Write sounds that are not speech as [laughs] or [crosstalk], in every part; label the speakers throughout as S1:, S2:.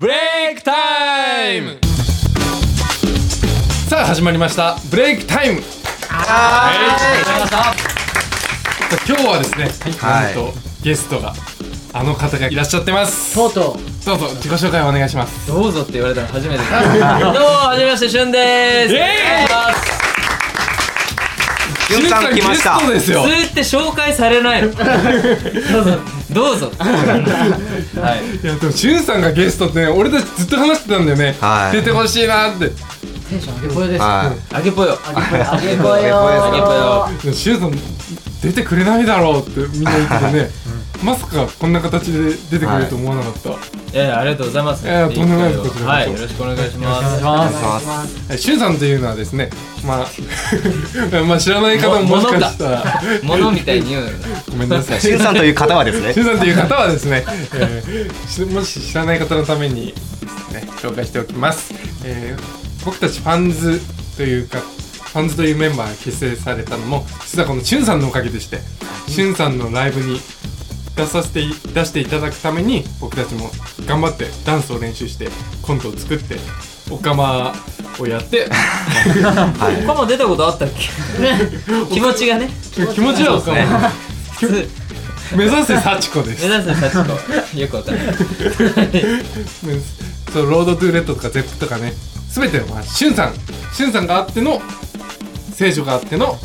S1: ブレイクタイムさあ始まりましたブレイクタイムはい今日はですね、
S2: はい
S1: なんとゲストがあの方がいらっしゃってます
S3: とうと
S1: どうぞ自己紹介をお願いします
S3: うどうぞって言われたの初めて [laughs] どうもはじめましてしゅんでーす
S1: イエーイ
S3: お願いします
S2: ゆうさん来ました
S1: ゲストですよ
S3: 普通って紹介されないの [laughs] どうぞどうぞはい
S1: いやでもしゅんさんがゲストってね俺たちずっと話してたんだよね、
S2: はい
S1: 出てほしいなって
S3: テンション上げぽよです
S2: は
S3: 上げぽよ上げぽよ上げ
S2: ぽよ
S3: 上げぽよ
S1: でもしゅんさん出てくれないだろうってみんな言っててねまさかこんな形で出てくれると思わなかった、
S3: いやいやありがとうございます
S1: いやいやとんでもないですこちらこそ
S3: はいよろしくお願いします
S1: えシュンさんというのはですね、まあ、 [laughs] まあ知らない方ももしかしたら、
S3: 物みたいに言うのよ [laughs]
S1: ごめんなさ [laughs] い。
S2: い。しゅんさんという方はですね
S1: シュン。さんという方はですね、えーしもし知らない方のためにですね、紹介しておきます。えー僕たちファンズというか、ファンズというメンバーが結成されたのも、実はこのシュンさんのおかげでして、シュンさんのライブに出させてい出していただくために僕たちも頑張ってダンスを練習してコントを作ってオカマをやって
S3: 他も出たことあったっけ気持ちがね
S1: 気持ちはオカマ
S3: 普通
S1: 目指せ幸子で
S3: 目
S1: す。
S3: 指す幸子よくわ [laughs] かんない
S1: そうロードトゥーレッドとかゼップとかね、すべてはまあしゅんさん、しゅんさんがあっての聖女があっての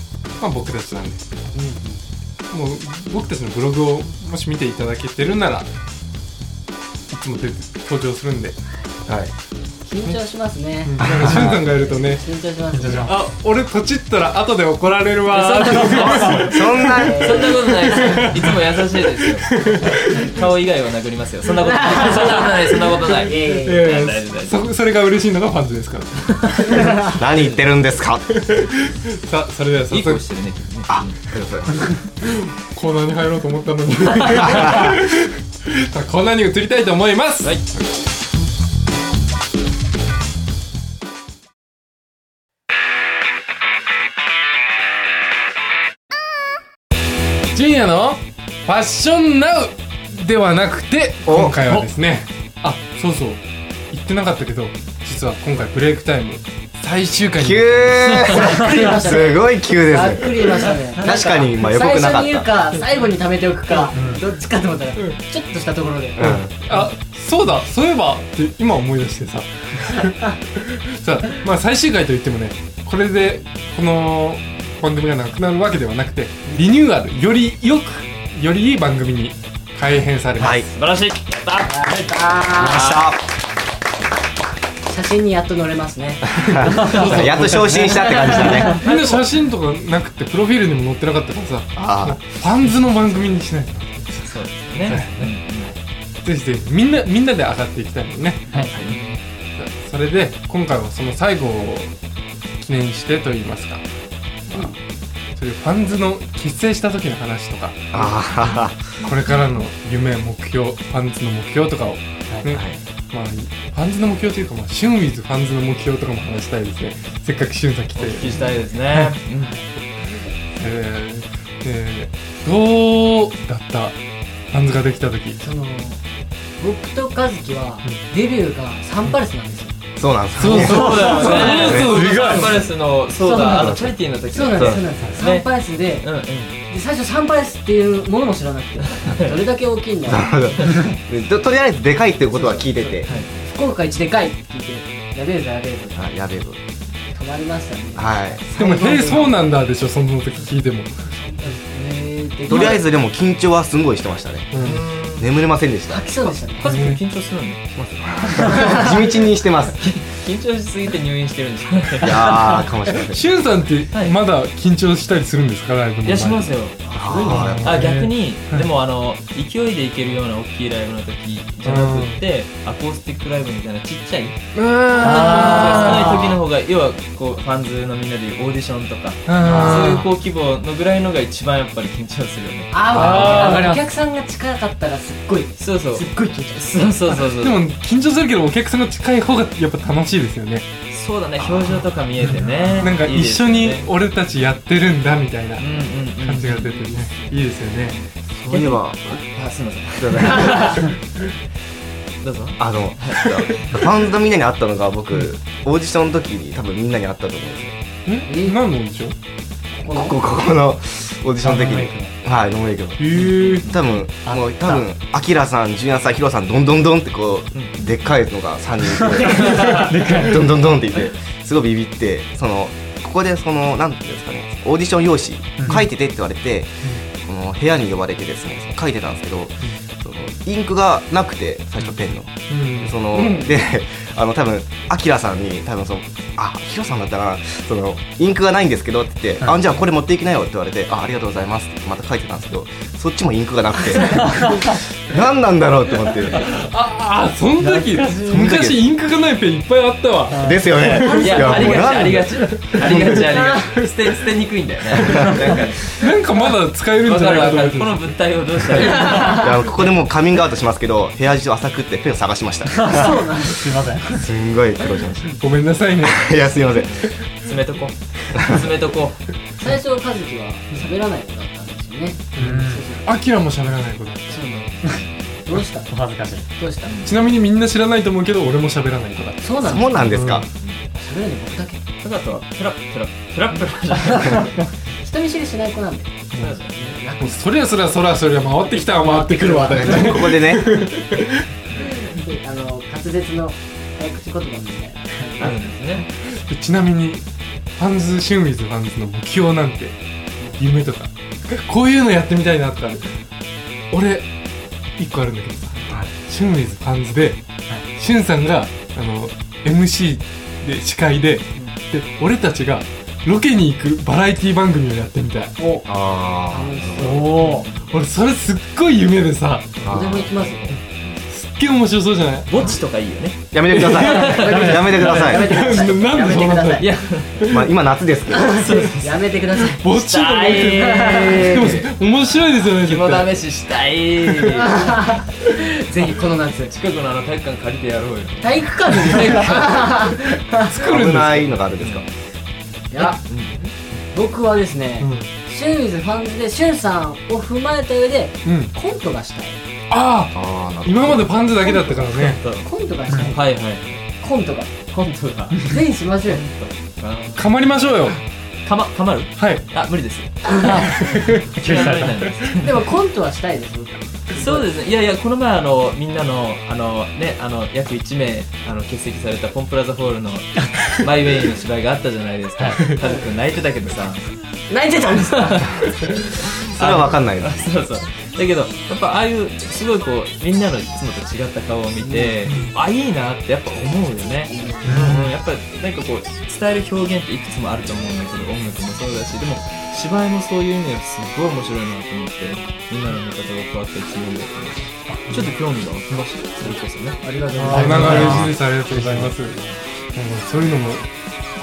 S1: まあ僕たちなんで、もう僕たちのブログをもし見ていただけてるなら、いつも出て登場するんで、はい。
S4: 緊張しますね。
S1: なんかしゅんさんがいるとね、
S4: 緊張しますね。
S1: あ、俺とちったら後で怒られるわーって。 [laughs]
S2: そんな、
S3: そんなことないです。いつも優しいですよ。顔以外は殴りますよ。そんなことない。そんなことない。そんなことない。
S4: いやいやいや
S1: え
S3: 大丈夫大
S1: ーそそれが嬉しいのがファンズですから。
S2: [laughs] 何言ってるんですか。
S1: さあ、それでは早
S3: いい声
S1: 速
S3: してるね。君ね
S2: あ、
S1: コーナーに入ろうと思ったのにさあコーナーに移りたいと思います、
S3: はい。
S1: ジュニアのファッションナウではなくて
S2: お
S1: 今回はですねあそうそう言ってなかったけど実は今回ブレイクタイム最終回に [laughs]
S2: 急。すごい急で
S4: ざっく
S2: すね。
S4: り言いましたね。
S2: 確かに、まあ、予
S4: 最
S2: 告な
S4: 初
S2: か
S4: に
S2: っ
S4: 言う
S2: た。
S4: か、最後に貯めておくか、どっちかと思ったら、ちょっとしたところで。
S2: うん、
S1: あそうだそういえばって今思い出してささあまあ最終回といってもねこれでこの番組がなくなるわけではなくてリニューアルよりよくよりいい番組に改編されます、
S2: はい、
S3: 素晴らしい。やった
S4: あれだ
S2: あ
S4: ー写真にやっと載れますね。
S2: した。やっと昇進したって感じだね。
S1: みんな写真とかなくてプロフィールにも載ってなかったからさ
S2: あ
S1: ファンズの番組にしないと
S3: そうですね。
S1: ぜひぜひみんなみんなで上がっていきたいもんね
S3: はい。
S1: それで今回はその最後を記念してと言いますか、まあそういうファンズの結成した時の話とか
S2: あ
S1: これからの夢目標ファンズの目標とかを、ねまあ、ファンズの目標というか、まあ、シュンウィズファンズの目標とかも話したいですねせっかくシュンさん来
S3: お
S1: て、
S3: 聞きしたいですね。
S1: えーでどうだったファンズができた時
S4: その、僕と和樹は、デビューがサンパレスなんですよ。
S2: あ、そうなんです
S1: そう
S2: ね。
S1: そう
S3: そうだよね。
S1: そうそう
S3: そうサンパレスの、そうだ、あの、チャリティーの時
S4: そうなんです、そうなんです。サンパレスで、
S3: うんうん。
S4: で最初サンパレスっていうものも知らなくて、どれだけ大きいんだろう
S2: なるほどととりあえずでかいってことは聞いてて。
S4: 福岡一でかいって聞いて、やべえぞやべえぞ。
S2: あ、やべえぞ。
S4: 止まりましたね。
S2: はい。
S1: でも「へえそうなんだ」でしょその時聞いても
S4: えーで
S2: とりあえずでも緊張はすごいしてましたね。眠れませんでした。
S4: 吐きそうでしたね。
S3: カズ君緊張するの
S2: 地道にしてます。
S3: 緊張しすぎて入院してるんじゃない
S2: いやー、かもしれません。
S1: シュンさんって
S3: はい
S1: まだ緊張したりするんですかライブの前
S3: いや、しますよ。
S2: あ
S3: あ逆に、
S1: はい
S3: でもあの勢いでいけるような大きいライブの時じゃなくって、アコースティックライブみたいなちっちゃい
S1: うーん
S2: あー
S3: 少ない時の方が要はこうファンズのみんなでいうオーディションとかそういう
S1: あ
S3: こう規模のぐらいのが一番やっぱり緊張するよね
S1: あ
S4: あ
S1: ーわ
S4: あ
S1: かりま
S4: お
S1: す
S4: 客さんが近かったらすっごい
S3: そうそう
S4: すっごい緊張す
S3: そうそうそうそ
S1: ー
S3: う
S1: でも緊張するけどお客さんが近い方がやっぱ楽しいですよね
S3: そうだね表情とか見えてね
S1: なんか
S3: いい
S1: 一
S3: です
S1: 緒
S3: よ
S1: に
S3: ね
S1: 俺たちやってるんだみたいな
S3: うんうんうん
S1: 感じが出てねいいですよね
S2: そういえば、
S3: あすいません
S2: そうだね
S3: どうぞ
S2: あの、ファンズのみんなに会ったのが僕、オーディションの時に多分みんなに会ったと思うんですよ。
S1: ん何のでしょう
S4: こ
S2: こ
S4: の
S2: こ、ここのオーディションの時に。はい、飲めるけど。
S1: へえ
S2: 多分、もう多分、アキラさん、ジュニアさん、ヒロさん、どんどんどんってこう、でっかいのが3人 [laughs] いて、どんどんどんっていて、すごいビビって、その、ここでその、なんていうんですかね、オーディション用紙、書いててって言われて、この部屋に呼ばれてですね、書いてたんですけど、そのインクがなくて、最初ペンの。
S1: うん
S2: その、
S4: うん
S2: で、あの、多分、アキラさんに、多分その、あ、ヒロさんだったら、その、インクがないんですけどって言って、
S1: はい
S2: あ、じゃあこれ持っていきなよって言われて、あ、ありがとうございますってまた書いてたんですけど、そっちもインクがなくて、何なんだろうって思ってる。
S1: ああその時昔インクがないペンいっぱいあったわ
S2: ですよね。
S3: いやありがちありが
S2: ち。
S3: ちありがちありがち捨て捨てにくいんだよねなんか
S1: なんかまだ使えるん
S3: わ
S1: じゃ
S3: か
S1: ない
S3: る
S1: かと思っ
S3: わかる
S1: て
S3: この物体をどうしたらいいの
S2: いやここでもうカミングアウトしますけど、部屋中浅くってペンを探しました。
S5: すいません
S2: すんごい苦労しまし
S1: ごめんなさいね
S2: た。いや、すいません。
S3: 詰めとこう詰めとこう
S4: 最初和樹は喋らない子だったんですよね
S1: アキラも喋らないこと
S4: そうなんですどうした
S5: お恥ずかしい
S4: どうした
S1: ちなみにみんな知らないと思うけど俺も喋らない子だ
S4: そうなんです
S2: そうなんですか。
S4: 喋らない僕だけ
S3: トカとはプラプラプラプラじゃない
S4: 人見知りしない子なんで
S1: もうそりゃそりゃそりゃそりゃ回ってきたわ回ってくるわだよね
S2: ここでね、
S4: であの滑舌の早口言葉みたいな
S3: あるんですね
S1: ちなみにファンズシュンウィズファンズの目標なんて夢とかこういうのやってみたいなとかある俺一個あるんだけどさ、シュンウィズファンズで、シュンさんがあの MC で司会で,、で俺たちがロケに行くバラエティ番組をやってみたい
S2: あ
S4: 楽しそ
S5: おお
S1: 俺それすっごい夢でさ
S4: うでも
S2: あ
S4: 行きますよ
S1: すっげえ面白そうじゃない
S3: ぼっちとかいいよね
S2: やめてください。やめてくだ
S4: やめてく
S2: さ
S4: ださい
S1: なんでそうなんだ
S3: いや
S2: い。まあ、今夏ですけど。
S4: やめてください
S1: ぼっちとか言ってるでも面白いですよね絶
S3: 肝
S1: 対
S3: 試ししたい
S4: [laughs] ぜひこの夏
S3: 近くのあの体育館借りてやろうよ
S4: 体育館で体育館
S1: 作るん
S2: 危
S1: ですよ
S2: ないのがあるんですか。
S4: いや僕はですね、シュンウィズファンズでシュンさんを踏まえた上で
S1: うん、うん、
S4: コントがしたい
S1: ああ
S2: ああ、な
S1: 今までパンツだけだったからね
S4: コントがしたい
S3: はいはい
S4: コントが
S3: コントが
S4: ぜひしましょうよ
S1: かまりましょうよ
S3: かまかまる
S1: はい
S3: あ無理です [laughs]
S5: 救済された
S4: でもコントはしたいです僕
S3: そうですねいやいやこの前あのみんなのあのねあの約1名あの欠席されたポンプラザホールのマイウェイの芝居があったじゃないですか家族泣いてたけど [laughs] さ
S4: 泣いてたんですか
S2: それはわかんないな。
S3: そうそうだけどやっぱああいうすごいこうみんなのいつもと違った顔を見て、あいいなってやっぱ思うよね、うんやっぱなんかこう伝える表現っていくつもあると思うんだけど音楽もそうだしでも芝居もそういう意味ですごい面白いなと思ってみんなの見方が変わったりするんだけどちょっと興味が湧きましたそれこそねありがとうご
S1: 長々印ありがとうございますもうそういうのも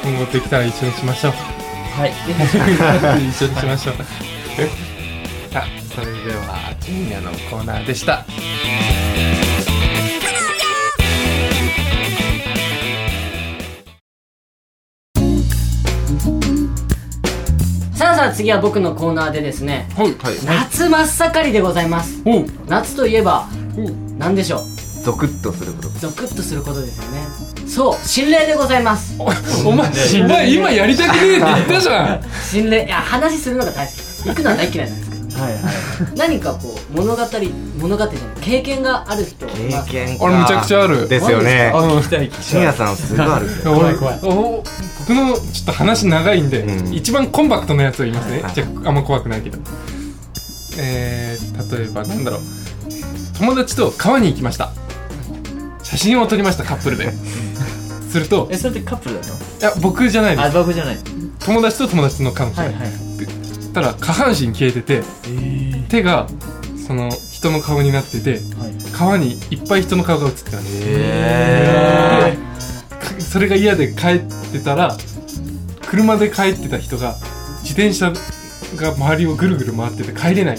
S1: 今後できたら一緒にしま [laughs] しょう
S3: はい
S1: 一緒にしましょうさあそれではジュニアのコーナーでした
S4: さあさあ次は僕のコーナーでですね
S1: はいはい
S4: 夏真っ盛りでございます
S1: おう
S4: 夏といえば何でしょう
S2: ゾクッとすること。
S4: ゾクッとすることですよねそう心霊でございます
S1: [laughs] お前お前今やりたくねえって言ったじゃん
S4: 心霊いや話するのが大好き行くのは大嫌いなんですけど
S3: はいはい
S4: 何かこう物語物語じゃない経験がある人い
S2: 経
S4: ます
S2: 験か。
S1: 俺むちゃくちゃある
S2: ですよね。
S3: あ聞きたい聞き
S2: ジュ
S3: た
S2: ニ
S3: い
S2: アさんすごいあるんですよ。
S5: 怖い怖い
S1: おお僕のちょっと話長いんで、
S2: うん
S1: 一番コンパクトなやつを言いますね、
S2: はい
S1: じゃああんま怖くないけどえー、例えばなんだろう友達と川に行きました写真を撮りましたカップルですると
S3: えそれってカップルだったの
S1: いや僕じゃないで
S3: あ
S1: す
S3: 僕じゃない
S1: 友達と友達の彼女、
S3: はいはい
S1: そしたら下半身消えてて手がその人の顔になってて
S3: はい
S1: 川にいっぱい人の顔が映ってたんです
S2: へ
S1: かそれが嫌で帰ってたら車で帰ってた人が自転車が周りをぐるぐる回ってて帰れない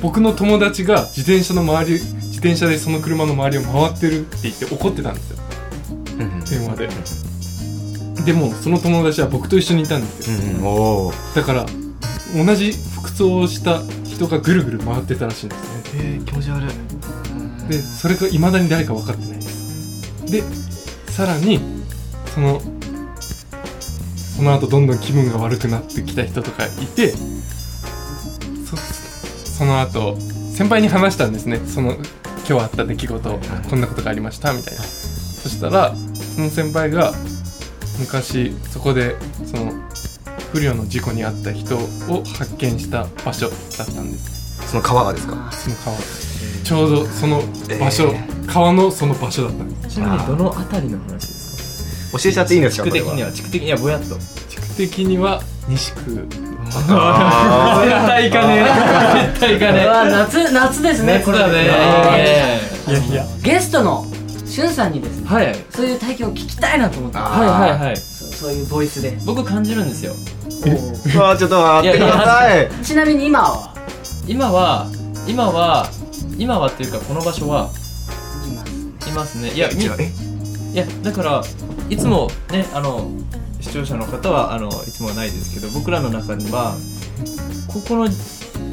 S1: 僕の友達が自転車の周り自転車でその車の周りを回ってるって言って怒ってたんですよ
S2: ーうん
S1: 電話ででもその友達は僕と一緒にいたんですよ
S2: うんうんおお。
S1: だから同じ服装をした人がぐるぐる回ってたらしいんですね
S2: ええ、気持ち悪い。
S1: でそれがいまだに誰か分かってないですでさらにそのその後どんどん気分が悪くなってきた人とかいてそその後先輩に話したんですねその今日あった出来事、こんなことがありましたみたいな、そしたらその先輩が昔そこでその不慮の事故に遭った人を発見した場所だったんです
S2: その川がですか
S1: その川ちょうどその場所、川のその場所だったんです
S3: ちなみにどのあたりの話です
S2: 教えちゃっていいんです
S3: か
S2: か
S3: 地
S2: これ
S3: 区的に
S2: は
S3: は地区的にはぼやっと
S1: 地区的には西区
S2: あ
S3: 絶対行かねえ [laughs] 絶対行か
S4: う
S3: ね
S4: わ夏夏です
S3: え
S4: ね
S3: 熱だねね
S5: いやいや
S4: ゲストのしゅんさんにですね
S3: はいはい
S4: そういう体験を聞きたいなと思って
S2: あ
S3: はいはい
S4: そそういうボイスで
S3: 僕感じるんですよ
S2: ーうわーちょっと待ってください
S4: ちなみに今は
S3: 今は今は今はっていうかこの場所はい
S4: ます
S3: いますねいやみ
S2: 違うえ
S3: いやだからいつもねあの視聴者の方はあのいつもはないですけど僕らの中にはここの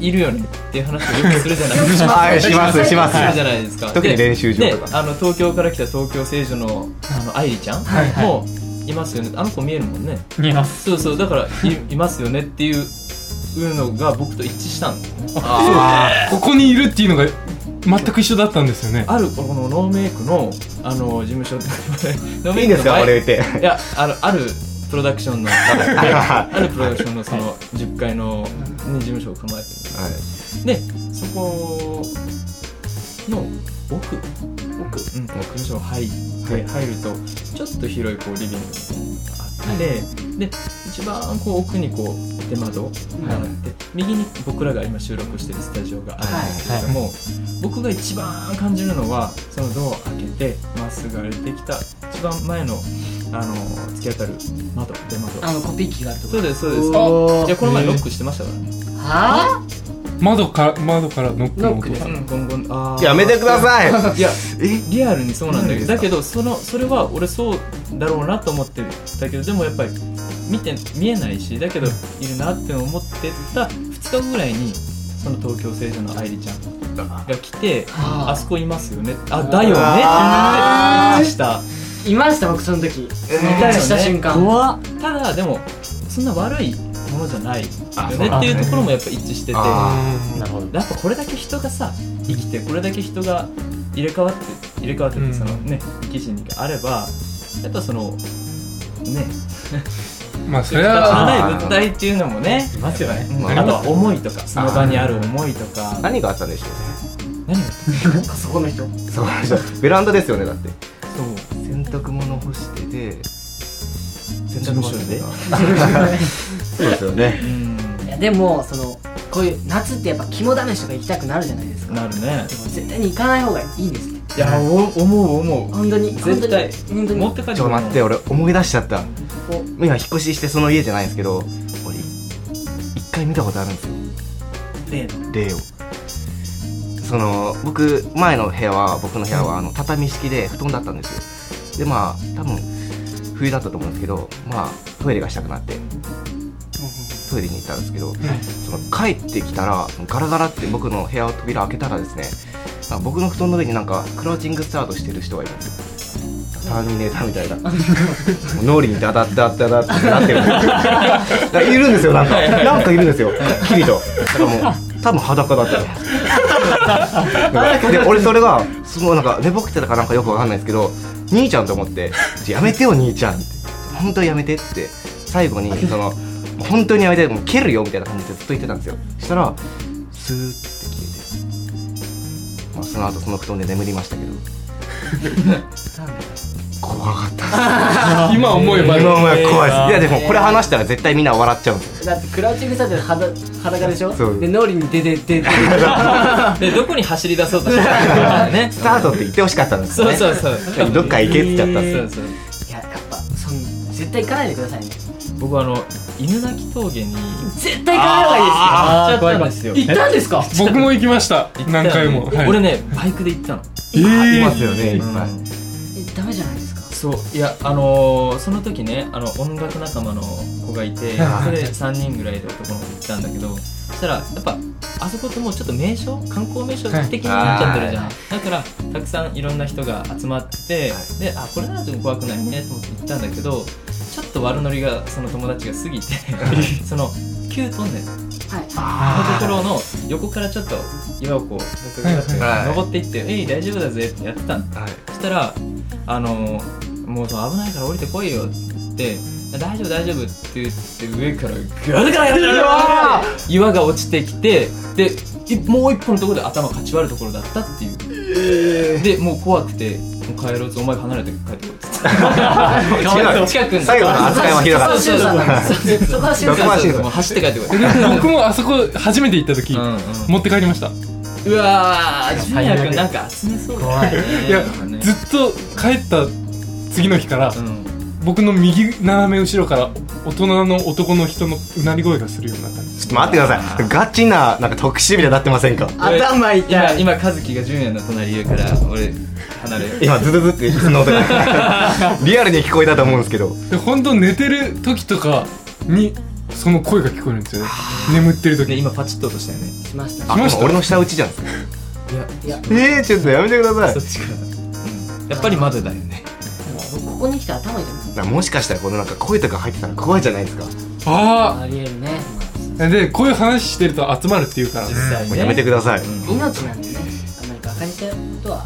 S3: いるよねっていう話をよくするじゃないですか。
S2: [laughs] はいしますします
S3: するじゃないですか。
S2: 特に
S3: で
S2: 練習場
S3: で
S2: とか
S3: あの東京から来た東京聖女のあの愛理ちゃん
S1: はいはい
S3: もいますよねあの子見えるもんね
S5: 見えます
S3: そうそうだからいいますよねっていうのが僕と一致したんです
S2: あ
S1: ここにいるっていうのが全く一緒だったんですよね
S3: あるこのノーメイクのあの事務所ノー
S2: ー
S3: メ
S2: いい
S3: イ
S2: んで
S3: クの
S2: すか
S3: 前
S2: これ言って
S3: いやあるあるプロダクションの方で
S2: は
S3: あるプロダクションのその10階の、ね、事務所を構えてる
S2: い
S3: そこの奥奥、うん、事務所入って、
S2: はい
S3: 入るとちょっと広いこうリビングみたいなのがあって、で一番こう奥にこう出窓があって、右に僕らが今収録してるスタジオがあるんですけれども、僕が一番感じるのはそのドアを開けてまっすぐ歩いてきた一番前のあの突き当たる窓出窓
S4: あのコピー機があるとこ
S3: そうですそうです
S4: おー
S3: いやこの前ロックしてましたからね、
S4: は
S1: 窓から窓からノックの音
S4: ノックです
S3: うんゴンゴンあー
S2: やめてください
S3: いや
S2: え
S3: リアルにそうなんだけど
S2: な
S3: だ
S2: んで
S3: けどそのそれは俺そうだろうなと思ってたけどでもやっぱり見て見えないしだけどいるなって思ってた2日後ぐらいにその東京聖女の愛理ちゃんが来て
S4: あ
S3: あそこいますよねあだよね
S2: あ
S3: っ
S2: ー
S3: て思ってした
S4: いました僕その時
S3: だよね
S4: した瞬間
S3: 怖っただでもそんな悪いものじゃないよねっていうところもやっぱ一致してて
S2: あ
S5: なるほど
S3: やっぱこれだけ人がさ生きてこれだけ人が入れ替わって入れ替わってっ
S1: うん
S3: てそのね生き死にがあればやっぱそのね
S1: まあそれ
S3: 汚
S1: は
S3: ない物体っていうのもね
S5: いますよね
S3: うん
S2: まあ
S3: あとは思いとかその場にある思いとか
S2: 何があったんでしょう
S3: 何が
S4: なんかそこの人
S2: ねそうベランダですよねだって
S3: そう
S2: 洗濯物干してて洗
S3: 濯物で
S2: そうですよね
S3: うん
S4: いやでもそのこういう夏ってやっぱ肝試しとか行きたくなるじゃないですか
S3: なるね
S4: でも絶対に行かない方がいいんですね
S3: いやお思う思
S4: 本当に
S3: 絶対
S4: 本当
S3: う
S4: に
S3: 持っ
S4: 本
S3: て帰って
S2: ちょっと待って俺思い出しちゃった
S4: 当に
S2: 今引っ越ししてその家じゃないんですけど俺一回見たことあるんですよ
S3: 例
S2: 例をその僕前の部屋は僕の部屋はあの畳式で布団だったんですよでまあ多分冬だったと思うんですけどまあトイレがしたくなってトイレに行ったんですけど、その帰ってきたらガラガラって僕の部屋の扉開けたらですねなんか僕の布団の上になんかクラウチングスタートしてる人がいるんですよターミネーターみたいなもう脳裏にダダッダッダダッってなってるなんかいるん [laughs] ですよなんかなんかいるんですよはっきりとだからもう多分裸 [laughs] だったで俺それがすごいなんか寝ぼけてたかなんかよくわかんないですけど兄ちゃんと思って「ちょやめてよ兄ちゃん」って「本当にやめて」って最後にその「もう本当にやめてもう蹴るよ」みたいな感じでずっと言ってたんですよそしたらスーッて消えて、まあ、その後その布団で眠りました [laughs] けど怖かった
S1: 今思えば
S2: 今思えば怖いですいやでもこれ話したら絶対みんな笑っちゃうんですよ
S4: だってクラウチングしたって裸裸でしょ
S2: そう
S4: で脳裏に出て出て
S3: でどこに走り出そうとしてたのね
S2: スタートって言ってほしかったんですよ
S3: [laughs] そう
S2: ね
S3: そうそう
S2: どっか行けっつっちゃったんです
S3: そ
S2: よ
S3: うそう
S4: いややっぱその絶対行かないでくださいね
S3: 僕あの犬鳴峠に
S4: 絶対行かない方が
S3: あ
S5: あ
S3: ー
S5: ー怖い
S3: 行
S5: 怖
S3: っ
S5: い
S3: ちゃったんですよ
S4: いいです行ったんですか
S1: 僕も行きました
S3: 行ったよね
S1: 何回も、はい、
S3: 俺ねバイクで行ったの
S1: え
S2: あい
S1: ー
S2: ますよねいっぱい
S4: えダメじゃないですか
S3: そういやあのーその時ねあの音楽仲間の子がいて
S2: はい
S3: それ3人ぐらいで男の子行ったんだけどそしたらやっぱあそこってもうちょっと名所観光名所的になっちゃってるじゃん、
S2: は
S3: だからたくさんいろんな人が集まって、であこれならちょっと怖くないねと思って行ったんだけどちょっと悪ノリがその友達が過ぎて [laughs] その旧トンネルの
S4: は
S3: ところの横からちょっと岩をこうガツガツガツ
S2: はい
S3: 登っていって「えい大丈夫だぜ」ってやってたの
S2: はい
S3: そしたら「あのもうそう危ないから降りてこいよ」って「大丈夫大丈夫」って言って上からガラガラやってるよ岩が落ちてきてでいもう一歩のところで頭かち割るところだったっていう、でもう怖くて「もう帰ろうとお前離れて帰ってこい」っつって
S2: 違う
S3: 近くに
S2: 最後の扱いはひどか
S4: い
S2: っ
S4: そこは俊さんなん
S3: [laughs]
S4: ですそこは俊
S3: そう
S4: さん
S3: そうそうもう走って帰ってこい
S1: 僕もあそこ初めて行った時、
S3: うんうん
S1: 持って帰りました、
S3: うわージュニア君なんか集めそうだね
S1: いや
S3: なんかね
S1: ずっと帰った次の日から、
S3: うん
S1: 僕の右斜め後ろから大人の男の人のうなり声がするようになったんです
S2: ちょっと待ってくださいガチななんか特集みたいになってませんか
S4: 頭
S3: いや今和樹がジュニアの隣いるから俺離れる
S2: 今ズズズってその音がリアルに聞こえたと思うんですけど
S1: で本当寝てる時とかにその声が聞こえるんですよね眠ってる時
S3: ね
S1: に
S3: 今パチッと落としたよね
S4: しました
S2: あ
S1: 来ました
S2: 今俺の下打ちじゃん
S3: いや
S4: いや
S2: えー、ちょっとやめてください
S3: そっちから、うん、やっぱりまだだよね
S4: ここに来て頭痛くなる
S2: だからもしかしたらこのなんか声とか入ってたら怖いじゃないですかも
S1: あ
S4: ありえるね
S1: あでこういう話してると集まるっていうから
S3: 実際ね
S2: うやめてください、
S3: う
S4: 命なんでねあんまりバカにしちゃうことは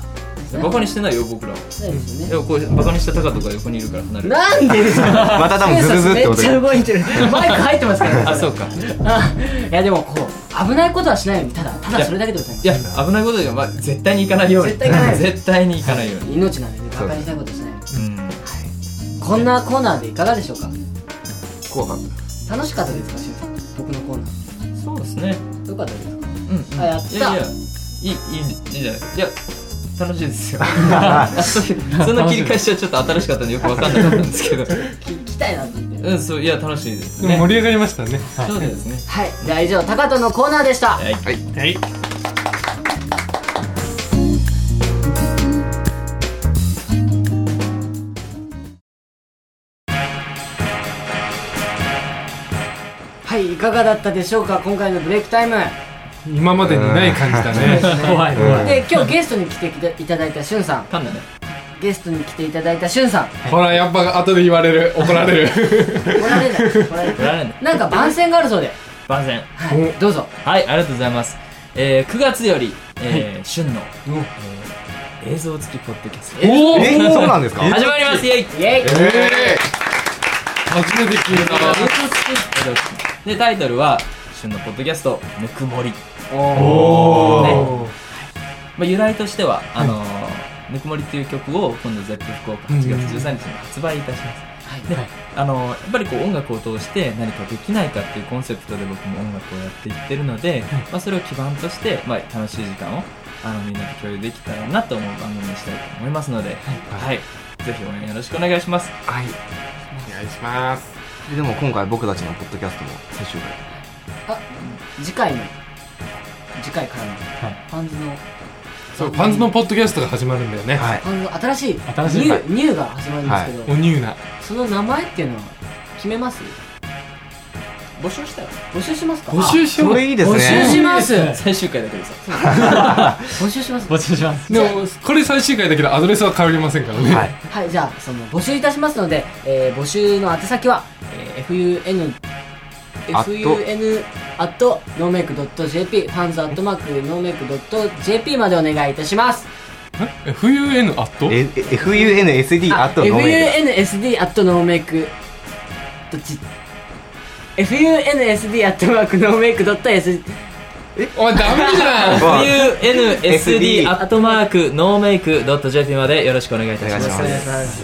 S3: んバカにしてないよ僕らは
S4: そうですよ
S3: い
S4: ね
S3: やこうバカにしたタカとか横にいるから離れる
S4: なんでですか
S2: また多分ズズズって音
S4: めっち
S2: が
S4: ゃ動いてるマイク入ってますから
S3: あそうか
S4: あいやでもこう危ないことはしないようにただただそれだけでございます
S3: いや危ないことだよ、まあ、絶対に行かないように
S4: 絶対行かない
S3: 絶対に行かないように、
S4: 命なんでねバカにしたいことはしないように
S3: うん
S4: こんなコーナーでいかがでしょうか
S2: 怖かっ
S4: 楽しかったですかしゅんさん僕のコーナ
S3: そうですね
S4: ーよかったですか
S3: うん
S4: あやった
S3: いやいやいいいいいいじゃないですかいや楽しい [laughs] ですよあそういうそんな切り返しはちょっと新しかったんでよく分かんなかったんですけど
S4: 聞きたいなと思って
S3: うんそういや楽しいです
S1: でも
S3: ね
S1: 盛り上がりましたね
S3: そうですね
S4: はいじゃあ以上タカトのコーナーでした
S3: はい
S1: はい
S4: はいいかがだったでしょうか今回のブレイクタイム
S1: 今までにない感じだね
S5: 怖い怖い。
S4: で今日ゲストに来ていただいたしゅんさん
S3: パンダね
S4: ゲストに来ていただいたしゅんさん
S1: ほらやっぱ後で言われる怒られる
S4: 怒られない怒られ
S3: 振ら
S4: な
S3: れ
S4: い
S3: ない
S4: なんか番宣があるそうで
S3: 番宣
S4: はいどうぞ
S3: はい、ありがとうございます。えー、9月より、えー旬の、えー映像付きポッドキャスト。
S1: お
S2: た
S1: お
S2: えー、そうなんですか
S3: 始まりますイェイ
S4: イエイ
S1: え初めて聞いたな
S3: で、タイトルは、旬のポッドキャスト、ぬくもり。
S1: お
S3: ね
S1: お
S3: まあ、由来としては、あのーぬくもりっていう曲を今度ゼップ福岡8月13日に発売いたします。であのーやっぱりこう音楽を通して何かできないかっていうコンセプトで僕も音楽をやっていってるので、まあ、それを基盤として、まあ、楽しい時間をあのみんなと共有できたらなと思う番組にしたいと思いますので、はい、ぜひ応援よろしくお願いします。
S2: はい
S1: お願いします
S2: でも今回僕たちのポッドキャストも最終回
S4: 次回の次回からのパンズの
S1: そうパンツのポッドキャストが始まるんだよね
S2: はい
S4: パンズの新しいニュ
S5: 新しい
S4: ーニューが始まるんですけど、
S1: おニューな
S4: その名前っていうのは決めます
S3: 募集したら
S4: 募集しますか
S1: 募集しよ
S2: そうれいいです
S4: 募集
S2: ね
S4: します
S3: 最終回だけ [laughs] どさ、
S4: 募集します
S5: 募集します。
S1: でもこれ最終回だけどアドレスは変わりませんからね
S2: はい
S4: はいじゃあその募集いたしますので、えー募集の宛先は、えー FUN
S2: at
S4: fun アットノーメイクドット JP ファンズアットマークノーメイクドット JP までお願いいたします
S1: え FUN アット
S2: ええ FUNSD あとごめん
S4: FUNSD アットノーメイクどっち FUNSD アットマークノーメイクドット S
S1: おいダメじゃん
S3: UNSD アットマークノーメイクドット JP までよろしくお願いいたしま
S2: お願いし
S3: す。
S2: ます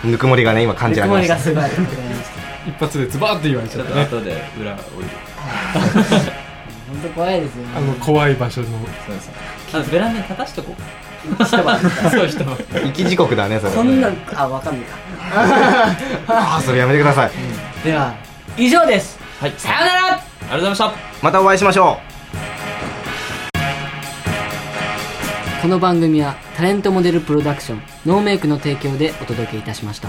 S4: す
S2: ぬくもりがね今感じられ
S4: も
S2: ま
S4: り
S2: した
S4: がすごい
S1: 一発でズバーって言われち
S3: ち
S1: ゃ
S3: ょっ
S1: った
S3: と
S1: ね
S3: 後で裏を置いて。
S4: 本当怖いですよね
S1: あの怖い場所の
S3: そうですあベランダに立たしとこう。
S4: [laughs] 一
S3: [laughs]
S4: 晩
S3: そう人は。
S2: 生き時刻だねそれ
S4: そんなんあわかんないか
S2: ああそれやめてください
S4: では以上です
S3: はい。
S4: さようなら
S3: ありがとうございました。
S2: またお会いしましょう
S4: この番組はタレントモデルプロダクションノーメイクの提供でお届けいたしました